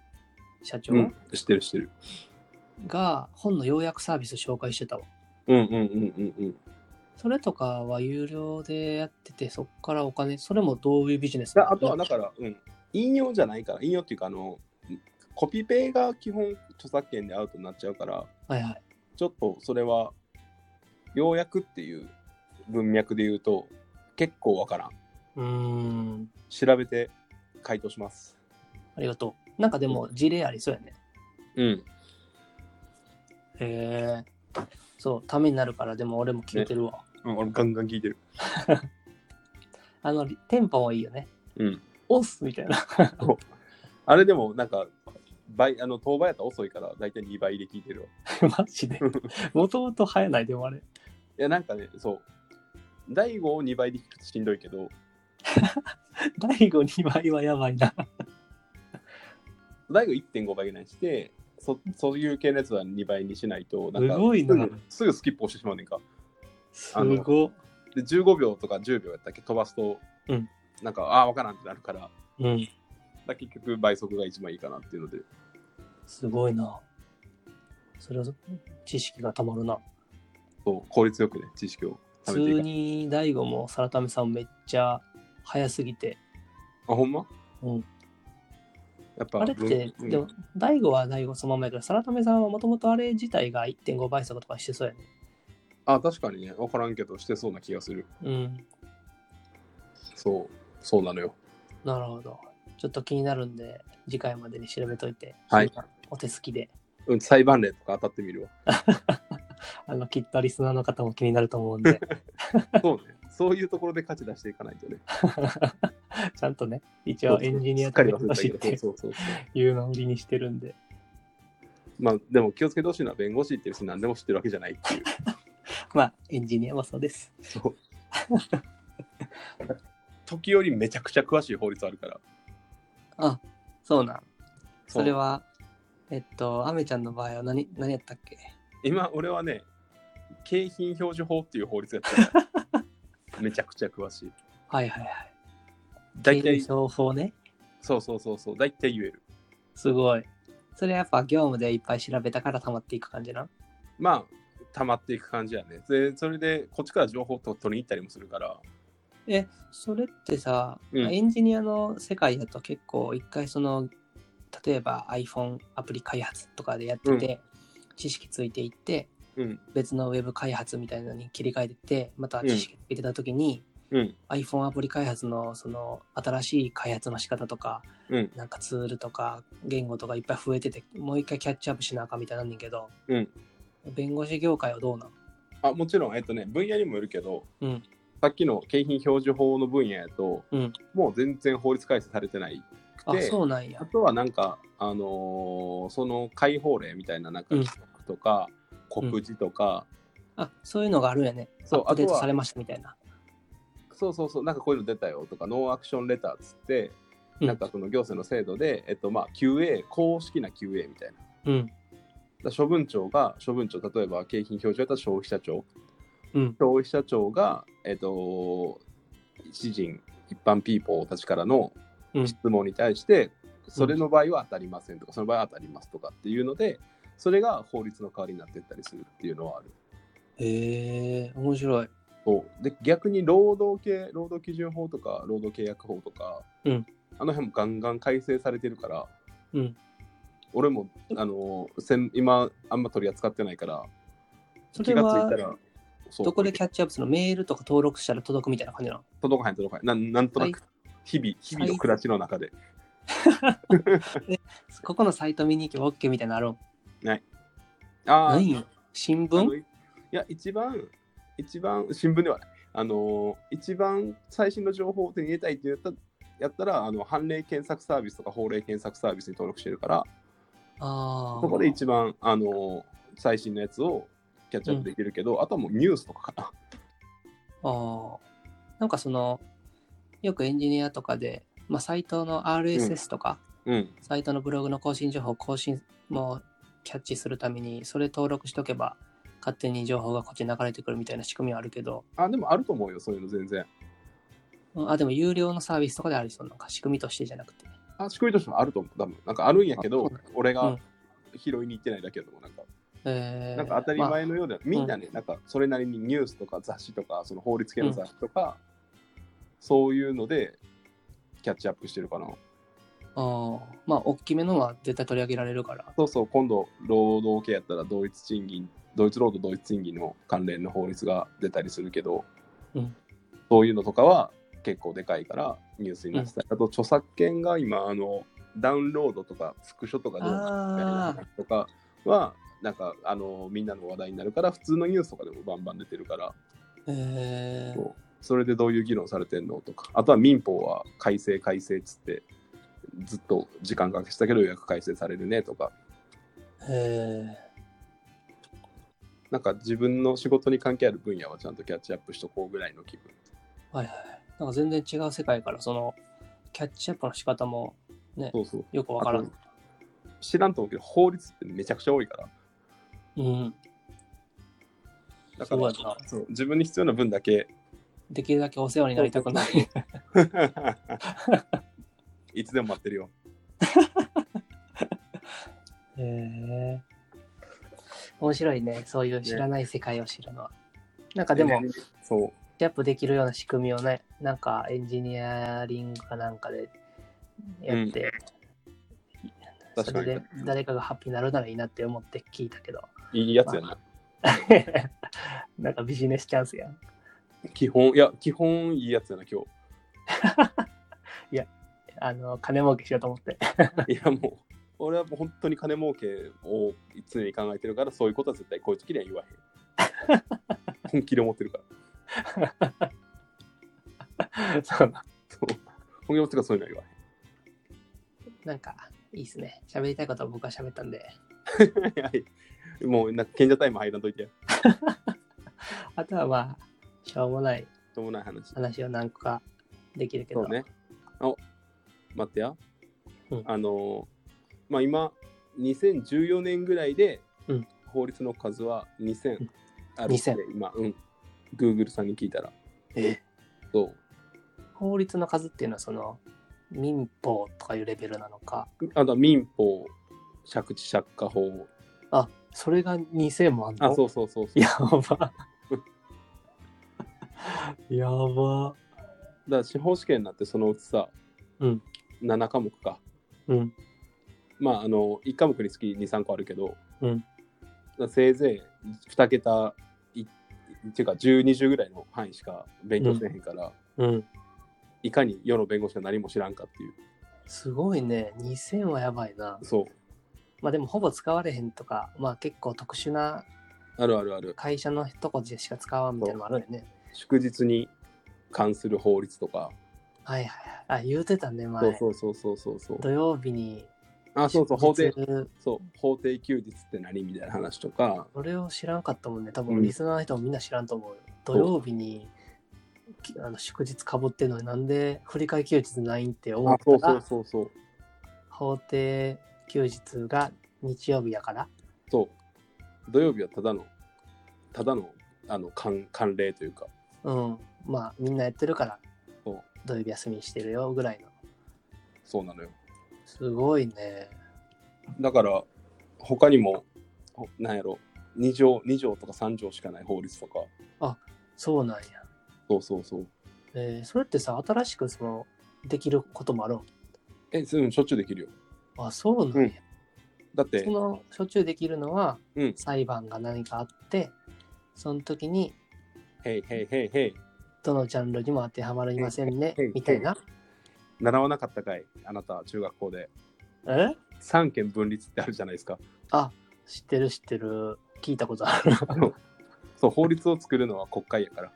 Speaker 1: 社長
Speaker 2: うん、知ってる知ってる。
Speaker 1: が本の要約サービス紹介してたわ。
Speaker 2: うんうんうんうんうん。
Speaker 1: それとかは有料でやってて、そこからお金、それもどういうビジネス
Speaker 2: だ
Speaker 1: なの
Speaker 2: あとはだから、うん、引用じゃないから、引用っていうか、あの、コピペが基本著作権でアウトになっちゃうから、
Speaker 1: はいはい。
Speaker 2: ちょっとそれは、ようやくっていう文脈で言うと、結構わからん。
Speaker 1: うーん。
Speaker 2: 調べて回答します。
Speaker 1: ありがとう。なんかでも事例ありそうやね。
Speaker 2: うん。
Speaker 1: へえ。そう、ためになるから、でも俺も聞いてるわ。
Speaker 2: 俺ガンガン聞いてる。
Speaker 1: あの、リテンポもいいよね。
Speaker 2: うん。
Speaker 1: 押すみたいな。
Speaker 2: あれでも、なんか、倍、あの、当倍やったら遅いから、だいたい2倍で聞いてるわ。
Speaker 1: マジ で。もともと生えないでもあれ。
Speaker 2: いや、なんかね、そう。第5を2倍で聞くとしんどいけど、
Speaker 1: 第52倍はやばいな。
Speaker 2: 第5.5倍ぐらいにして、そそういう系のやつは2倍にしないと、なんか
Speaker 1: すごいな
Speaker 2: すぐすぐスキップ押してしまうねんか。
Speaker 1: す
Speaker 2: あの
Speaker 1: ごっ。
Speaker 2: で15秒とか10秒やったっけ飛ばすと、
Speaker 1: うん
Speaker 2: なんかああ分からんってなるからだか
Speaker 1: うん。
Speaker 2: ら結局倍速が一番いいかなっていうのです
Speaker 1: ごいな。それは知識がたまるな。
Speaker 2: そう効率よくね知識を
Speaker 1: 普
Speaker 2: 貯めてい
Speaker 1: 通
Speaker 2: か
Speaker 1: に大悟もサラタメさんめっちゃ早すぎて。
Speaker 2: あほんま
Speaker 1: うん
Speaker 2: やっぱ
Speaker 1: あれって、
Speaker 2: うん
Speaker 1: でも大悟は大悟そのままやけど、サラタメさんはもともとあれ自体が1.5倍速とかしてそうやね。
Speaker 2: あ確かにね分からんけどしてそうな気がする
Speaker 1: うん。
Speaker 2: そうそうなのよ
Speaker 1: なるほど。ちょっと気になるんで、次回までに調べといて、
Speaker 2: はい、
Speaker 1: お手すきで。
Speaker 2: うん、裁判例とか当たってみるわ
Speaker 1: あの、きっとリスナーの方も気になると思 うんで、
Speaker 2: そうねそういうところで価値出していかないとね
Speaker 1: ちゃんとね、一応エンジニ
Speaker 2: す
Speaker 1: ア
Speaker 2: っか
Speaker 1: と
Speaker 2: り
Speaker 1: して
Speaker 2: 忘
Speaker 1: ほ
Speaker 2: れた
Speaker 1: し
Speaker 2: け
Speaker 1: いっ
Speaker 2: ど
Speaker 1: て
Speaker 2: そうそうそうそう
Speaker 1: いうのを売りにしてるんで、
Speaker 2: まあでも気をつけてほしいのは弁護士って別に何でも知ってるわけじゃないっていう
Speaker 1: まあ、エンジニアもそうです。
Speaker 2: そう 時折めちゃくちゃ詳しい法律あるから
Speaker 1: あ、そうなん。
Speaker 2: そう
Speaker 1: それは、えっと、アメちゃんの場合は何、何やったっけ
Speaker 2: 今俺はね景品表示法っていう法律やったから めちゃくちゃ詳しい
Speaker 1: はいはいはい。
Speaker 2: 大体
Speaker 1: 経営商法ね。
Speaker 2: そうそうそうそう大体言える
Speaker 1: すごい。それはやっぱ業務でいっぱい調べたから溜まっていく感じな。
Speaker 2: まあ溜まっていく感じやねでそれでこっちから情報と取りに行ったりもするから
Speaker 1: え、それってさ、
Speaker 2: うん
Speaker 1: エンジニアの世界だと結構一回その、例えば iPhone アプリ開発とかでやってて、知識ついていって、
Speaker 2: うん
Speaker 1: 別のウェブ開発みたいなのに切り替えてって、また知識入れたときに、
Speaker 2: うん
Speaker 1: iPhone アプリ開発のその新しい開発の仕方とか、
Speaker 2: うん
Speaker 1: なんかツールとか言語とかいっぱい増えてて、もう一回キャッチアップしなあかんみたいなんねんけど、
Speaker 2: うん
Speaker 1: 弁護士業界はどうなん
Speaker 2: あもちろんえっとね分野にもよるけど、
Speaker 1: うん
Speaker 2: さっきの景品表示法の分野やと、
Speaker 1: うん
Speaker 2: もう全然法律改正されてない
Speaker 1: あ、
Speaker 2: で
Speaker 1: そうなんや
Speaker 2: あ。とはなんか、あのーその解放令みたいな、なんか
Speaker 1: うん、
Speaker 2: クとか国寺とか、
Speaker 1: あ、そういうのがあるんやね。
Speaker 2: そう
Speaker 1: アップデー
Speaker 2: あと
Speaker 1: ト
Speaker 2: は
Speaker 1: されましたみたいな。
Speaker 2: そうそうそうなんかこういうの出たよとかノーアクションレターっつって
Speaker 1: うん
Speaker 2: なんかその行政の制度で、えっとまあ、QA 公式な QA みたいな。
Speaker 1: うん。
Speaker 2: だから処分庁が処分庁例えば景品表示だったら消費者庁
Speaker 1: うん。
Speaker 2: 消費者庁が、えっと一人一般ピーポーたちからの
Speaker 1: うん
Speaker 2: 質問に対して、それの場合は当たりませんとかその場合は当たりますとかっていうのでそれが法律の代わりになっていったりするっていうのはある。
Speaker 1: へえ、面白い。
Speaker 2: そうで逆に労働系労働基準法とか労働契約法とか、
Speaker 1: うん
Speaker 2: あの辺もガンガン改正されてるから、
Speaker 1: うん
Speaker 2: 俺もあのせん今あんま取り扱ってないから
Speaker 1: そ
Speaker 2: 気
Speaker 1: れ
Speaker 2: がつい
Speaker 1: は
Speaker 2: た、らそう
Speaker 1: どこでキャッチアップするのメールとか登録したら届くみたいな感じなの
Speaker 2: 届かへん届かへんなんなんとなく日々日々の暮らしの中で
Speaker 1: ここのサイト見に行けば OK みたいなのあるん
Speaker 2: あ
Speaker 1: な
Speaker 2: あ
Speaker 1: いんよ新
Speaker 2: あの
Speaker 1: 聞
Speaker 2: いや一番一番新聞ではないあの一番最新の情報を手に入れたいって言ったやったらあの判例検索サービスとか法令検索サービスに登録してるから
Speaker 1: ああ。
Speaker 2: そこで一番あの最新のやつをキャッチアップできるけど、あとはもうニュースとか
Speaker 1: あ
Speaker 2: か
Speaker 1: あ。なんかその、よくエンジニアとかで、まあ、サイトの RSS とか、
Speaker 2: な。うん。
Speaker 1: サイトのブログの更新情報更新もキャッチするために、それ登録しとけば、勝手に情報がこっちに流れてくるみたいな仕組みはあるけど、
Speaker 2: あでもあると思うよそういうの全
Speaker 1: う
Speaker 2: 然。
Speaker 1: んあ、でも有料のサービスとかでありそうなんか、仕組みとしてじゃなくて。
Speaker 2: あ仕組みとしてもあると思う多分なんかあるんやけど
Speaker 1: あそう
Speaker 2: 俺
Speaker 1: う
Speaker 2: が
Speaker 1: ん
Speaker 2: 拾いに行ってないだけでもなんか、
Speaker 1: えー
Speaker 2: なんか当たり
Speaker 1: まあ
Speaker 2: 前のようで、みんなね、なんかそれなりにニュースとか雑誌とかその法律系の雑誌とか、そういうのでキャッチアップしてるかな。
Speaker 1: あーまあ、大きめのは絶対取り上げられるから。
Speaker 2: そうそう今度労働系やったら同一賃金同一労働同一賃金の関連の法律が出たりするけど、
Speaker 1: うん
Speaker 2: そういうのとかは結構でかいからニュースになってたり、あと著作権が今あのダウンロードとかスクショとかどうかみたいな話とかはなんかあのみんなの話題になるから普通のニュースとかでもバンバン出てるから
Speaker 1: えー
Speaker 2: そうそれでどういう議論されてんのとかあとは民法は改正改正っつってずっと時間かけしたけどようやく改正されるねとか
Speaker 1: え
Speaker 2: なんか自分の仕事に関係ある分野はちゃんとキャッチアップしとこうぐらいの気分。
Speaker 1: ーはいはい。なんか全然違う世界から、その、キャッチアップの仕方も
Speaker 2: そうそう。
Speaker 1: よくわから
Speaker 2: あ
Speaker 1: ん
Speaker 2: と。知らんと思うけど、法律ってめちゃくちゃ多いから。
Speaker 1: うん。
Speaker 2: だか
Speaker 1: そう
Speaker 2: ら
Speaker 1: やな。
Speaker 2: そう自分に必要な分だけ
Speaker 1: できるだけお世話になりたくない。
Speaker 2: いつでも待ってるよ。
Speaker 1: へえ。面白いね。そういう知らない世界を知るのは。なんかでも、キャッ
Speaker 2: そう。
Speaker 1: チアップできるような仕組みをね、なんかエンジニアリングかなんかでやって、
Speaker 2: うん
Speaker 1: それで
Speaker 2: 確
Speaker 1: 誰かがハッピーになるならいいなって思って聞いたけど、
Speaker 2: いいやつやな。
Speaker 1: なんかビジネスチャンスやん。
Speaker 2: 基本、いや、基本いいやつやな、今
Speaker 1: あの、金儲けしようと思って。
Speaker 2: 日。いや、もう、俺はもう本当に金儲けを常に考えてるから、そういうことは絶対こういう時には言わ へん。本気で思ってるから。
Speaker 1: そうな
Speaker 2: そう本気で思ってるからそういうのは言わへん。
Speaker 1: なんか、いいっすね。喋りたいことは僕は喋ったんで。
Speaker 2: はい。もう、なんか賢者タイム入らんといてや。
Speaker 1: あとはまあ、しょうもない
Speaker 2: とんでもない話。
Speaker 1: 話を何個かできるけ
Speaker 2: そ
Speaker 1: ど。
Speaker 2: うね。お待ってや。
Speaker 1: うん
Speaker 2: あのーまあ今、2014年ぐらいで、
Speaker 1: うん
Speaker 2: 法律の数は2000
Speaker 1: うん
Speaker 2: あるって
Speaker 1: 2000
Speaker 2: 今、うん。Google さんに聞いたら。
Speaker 1: え
Speaker 2: そう。
Speaker 1: 法律の数っていうのはその民法とかいうレベルなのか
Speaker 2: あとは民法、借地借家法。
Speaker 1: あそれが2000もあんの
Speaker 2: あ、そうそうそうそう。
Speaker 1: やば やば
Speaker 2: だから司法試験になってそのうちさ、
Speaker 1: うん
Speaker 2: 7科目か。
Speaker 1: うん
Speaker 2: まあ、あの、1科目につき2、3個あるけど、
Speaker 1: うん
Speaker 2: だからせいぜい2桁、いっていうか10、20ぐらいの範囲しか勉強せえへんから、
Speaker 1: うん
Speaker 2: いかに世の弁護士が何も知らんかっていう。
Speaker 1: すごいね2000はやばいな
Speaker 2: そう。
Speaker 1: まあでもほぼ使われへんとかまあ結構特殊な
Speaker 2: あるあるある。
Speaker 1: 会社のとこでしか使わんみたいなのもあるよね
Speaker 2: 祝日に関する法律とか。
Speaker 1: はいはいはいあ言うてたね前
Speaker 2: そうそうそうそうそうそう。
Speaker 1: 土曜日に
Speaker 2: あ、そうそう、法廷、
Speaker 1: うん
Speaker 2: そう、法廷休日って何みたいな話とか、
Speaker 1: それを知らんかったもんね。多
Speaker 2: う
Speaker 1: 分
Speaker 2: ん
Speaker 1: リスナーの人もみんな知らんと思うよ。土曜日にきあの祝日かぶってんのになんで振り替え休日ないんって思
Speaker 2: あ
Speaker 1: っ、
Speaker 2: そう
Speaker 1: た
Speaker 2: そう
Speaker 1: ら、
Speaker 2: そうそう、
Speaker 1: 法定休日が日曜日やから。
Speaker 2: そう、土曜日はただの、ただの、あの、慣慣例というか、
Speaker 1: うん。まあみんなやってるから
Speaker 2: そう、
Speaker 1: 土曜日休みにしてるよぐらいの。
Speaker 2: そうなのよ。
Speaker 1: すごいね。
Speaker 2: だから、他にも、ほなんやろ、2条、二条とか3条しかない法律とか、
Speaker 1: そうなんや。
Speaker 2: そうそうそう。
Speaker 1: えーそれってさ、新しくその、できることもあるん
Speaker 2: え、そういうのしょっちゅうできるよ。
Speaker 1: あ、そうなんや。
Speaker 2: うんだって
Speaker 1: そ、のしょっちゅうできるのは、
Speaker 2: うん
Speaker 1: 裁判が何かあってその時に
Speaker 2: へいへいへいへい、
Speaker 1: どのジャンルにも当てはまりませんね
Speaker 2: うん
Speaker 1: みたいな。
Speaker 2: 習わなかったかい、あなた、中学校で。
Speaker 1: え
Speaker 2: 三権分立ってあるじゃないですか。
Speaker 1: あ知ってる知ってる聞いたことある。
Speaker 2: あのそう、法律を作るのは国会やから。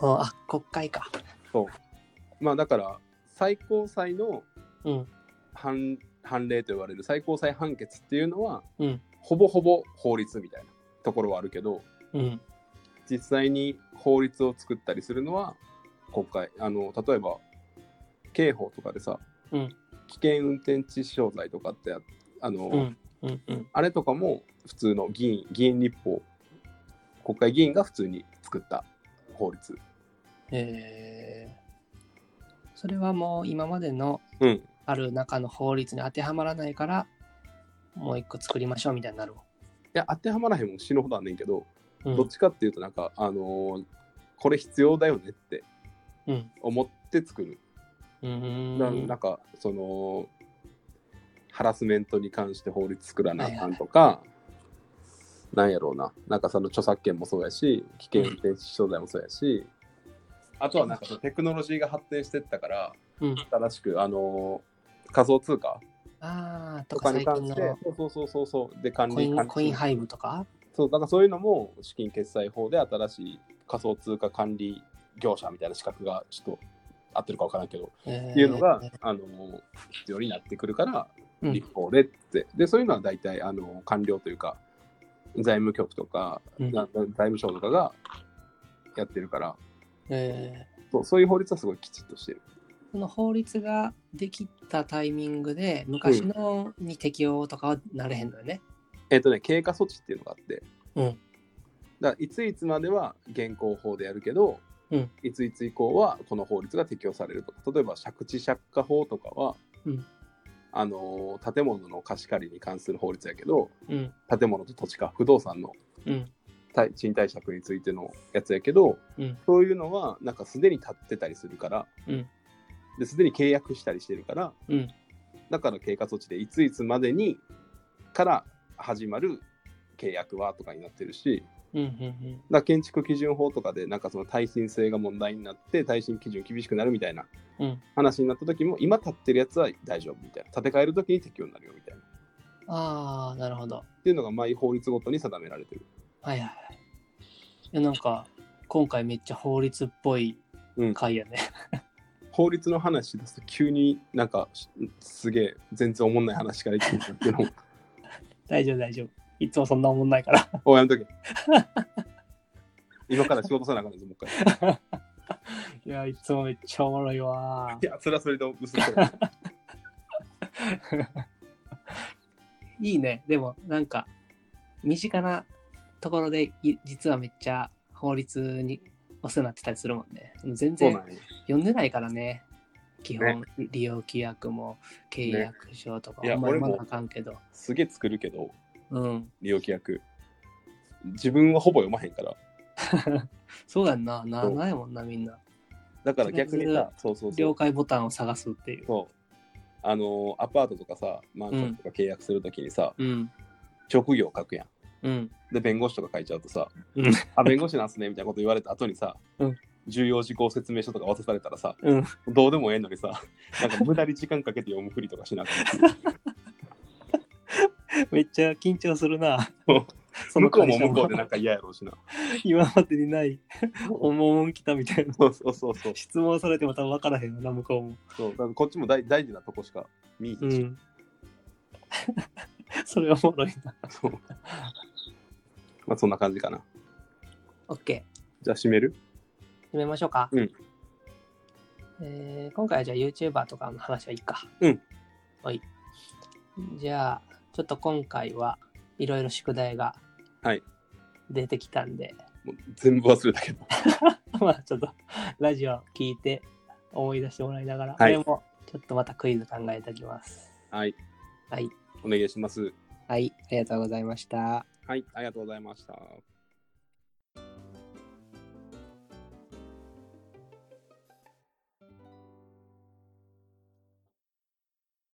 Speaker 1: うんあ国会か。
Speaker 2: まあだから、最高裁の
Speaker 1: うん
Speaker 2: 判判例と言われる最高裁判決っていうのは、
Speaker 1: うん
Speaker 2: ほぼほぼ法律みたいなところはあるけど、
Speaker 1: うん
Speaker 2: 実際に法律を作ったりするのは国会。あの例えば、刑法とかでさ、
Speaker 1: うん
Speaker 2: 危険運転致死傷罪とかってああの、
Speaker 1: うんうんうん。
Speaker 2: あれとかも普通の議員、議員立法、国会議員が普通に作った法律。
Speaker 1: えーそれはもう今までの
Speaker 2: うん、
Speaker 1: ある中の法律に当てはまらないからもう一個作りましょうみたいになるわ。
Speaker 2: いや当てはまらへんもん死ぬほどあんねんけど、
Speaker 1: うん
Speaker 2: どっちかっていうとなんかあのーこれ必要だよねって
Speaker 1: うん
Speaker 2: 思って作る、
Speaker 1: うーん
Speaker 2: ななんかそのハラスメントに関して法律作らなあかんとか、なんやろうななんかその著作権もそうやし危険運転致死傷罪もそうやし、あとはなんかそのテクノロジーが発展してったから
Speaker 1: うん
Speaker 2: 新しくあのー仮想通貨
Speaker 1: ああと
Speaker 2: と
Speaker 1: か
Speaker 2: か
Speaker 1: 最
Speaker 2: に関
Speaker 1: 近
Speaker 2: して
Speaker 1: の
Speaker 2: そうそうそうそうで管理
Speaker 1: コイン
Speaker 2: 管理
Speaker 1: コイン配布とか
Speaker 2: そうだからそういうのも資金決済法で新しい仮想通貨管理業者みたいな資格がちょっと合ってるか分からんけど、
Speaker 1: っ
Speaker 2: っていうのが、あの必要になってくるから
Speaker 1: うん
Speaker 2: 立法でって、でそういうのは大体あの官僚というか財務局とか、
Speaker 1: うん
Speaker 2: な財務省とかがやってるから
Speaker 1: え
Speaker 2: そうそういう法律はすごいきちっとしてる。
Speaker 1: ーその法律ができたタイミングで昔のに適用とかはなれへんのよね。
Speaker 2: えっ、とね経過措置っていうのがあって
Speaker 1: うん。
Speaker 2: だからいついつまでは現行法でやるけど、
Speaker 1: うん
Speaker 2: いついつ以降はこの法律が適用されるとか例えば借地借家法とかは、
Speaker 1: うん
Speaker 2: あのー建物の貸し借りに関する法律やけど
Speaker 1: うん。
Speaker 2: 建物と土地か不動産の
Speaker 1: うん。
Speaker 2: 対賃貸借についてのやつやけど、
Speaker 1: うん
Speaker 2: そういうのはなんかすでに立ってたりするから、
Speaker 1: うん
Speaker 2: ですでに契約したりしてるから
Speaker 1: うん。
Speaker 2: だから経過措置でいついつまでにから始まる契約はとかになってるし。
Speaker 1: うん。うん。
Speaker 2: だから建築基準法とかでなんかその耐震性が問題になって耐震基準厳しくなるみたいな
Speaker 1: うん
Speaker 2: 話になった時も今立ってるやつは大丈夫みたいな建て替える時に適用になるよみたいなっ
Speaker 1: ああ、なるほど。
Speaker 2: ていうのが毎法律ごとに定められてる
Speaker 1: はいはいはい。いや、なんか、今回めっちゃ法律っぽい
Speaker 2: うん
Speaker 1: 回やね。
Speaker 2: 法律の話出すと急になんかしすげえ全然おもんない話からいきなりやってるの
Speaker 1: 大丈夫大丈夫。いつもそんなもんないから。
Speaker 2: おいやめと け今から仕事さなあかんですもう一回
Speaker 1: いや、いつもめっちゃおもろいわ
Speaker 2: い。やそれ はそれで薄っぺらい
Speaker 1: いいね。でも、なんか、身近なところでい、実はめっちゃ法律にお世話になってたりするもんね。全
Speaker 2: そう
Speaker 1: 然
Speaker 2: なんや
Speaker 1: 読んでないからね。基本
Speaker 2: ね、
Speaker 1: 利用規約も契約書とか、
Speaker 2: ねいや
Speaker 1: あんまり
Speaker 2: 俺も
Speaker 1: まだあかんけど。
Speaker 2: すげえ作るけど
Speaker 1: うん。
Speaker 2: 利用規約自分はほぼ読まへんから
Speaker 1: そうやんな。な
Speaker 2: そう
Speaker 1: ないもんな、みんな。
Speaker 2: だから逆に
Speaker 1: とりあ
Speaker 2: さそうそうそう
Speaker 1: 了解ボタンを探すっていう。
Speaker 2: そう。あのーアパートとかさ、マンションとか契約するときにさ、
Speaker 1: うん。
Speaker 2: 職業書くやん。
Speaker 1: うん。
Speaker 2: で、弁護士とか書いちゃうとさ、
Speaker 1: うん
Speaker 2: あ、弁護士なんすねみたいなこと言われた後にさ、
Speaker 1: うん
Speaker 2: 重要事項説明書とか渡されたらさ、
Speaker 1: うん。
Speaker 2: どうでもええのにさ、なんか無駄に時間かけて読むふりとかしな くて、
Speaker 1: めっちゃ緊張するな
Speaker 2: そう。
Speaker 1: そ
Speaker 2: 向
Speaker 1: の
Speaker 2: こう
Speaker 1: 会
Speaker 2: も
Speaker 1: 社
Speaker 2: 向こう でなんか嫌やろうしな。
Speaker 1: 今までに ない、おもんきたみたいな。
Speaker 2: そうそうそうそう。
Speaker 1: 質問されても多分分からへんよな、向こうも。
Speaker 2: そうだからこっちも大大事なとこしか見えへ
Speaker 1: うん
Speaker 2: し、
Speaker 1: ん。 それはおもろいな。
Speaker 2: そう。 まあそんな感じかな。
Speaker 1: OK。
Speaker 2: じゃあ閉める
Speaker 1: 決めましょうか。
Speaker 2: うん
Speaker 1: えー今回はじゃあ YouTuber とかの話はいいか。
Speaker 2: うん。
Speaker 1: はい。じゃあ、ちょっと今回はいろいろ宿題が
Speaker 2: はい
Speaker 1: 出てきたんで、
Speaker 2: もう全部忘れたけど。
Speaker 1: まあちょっとラジオ聞いて思い出してもらいながら、
Speaker 2: はい
Speaker 1: 俺もちょっとまたクイズ考えておきます。
Speaker 2: はい。
Speaker 1: はい。
Speaker 2: お願いします。
Speaker 1: はい、ありがとうございました。
Speaker 2: はい。ありがとうございました。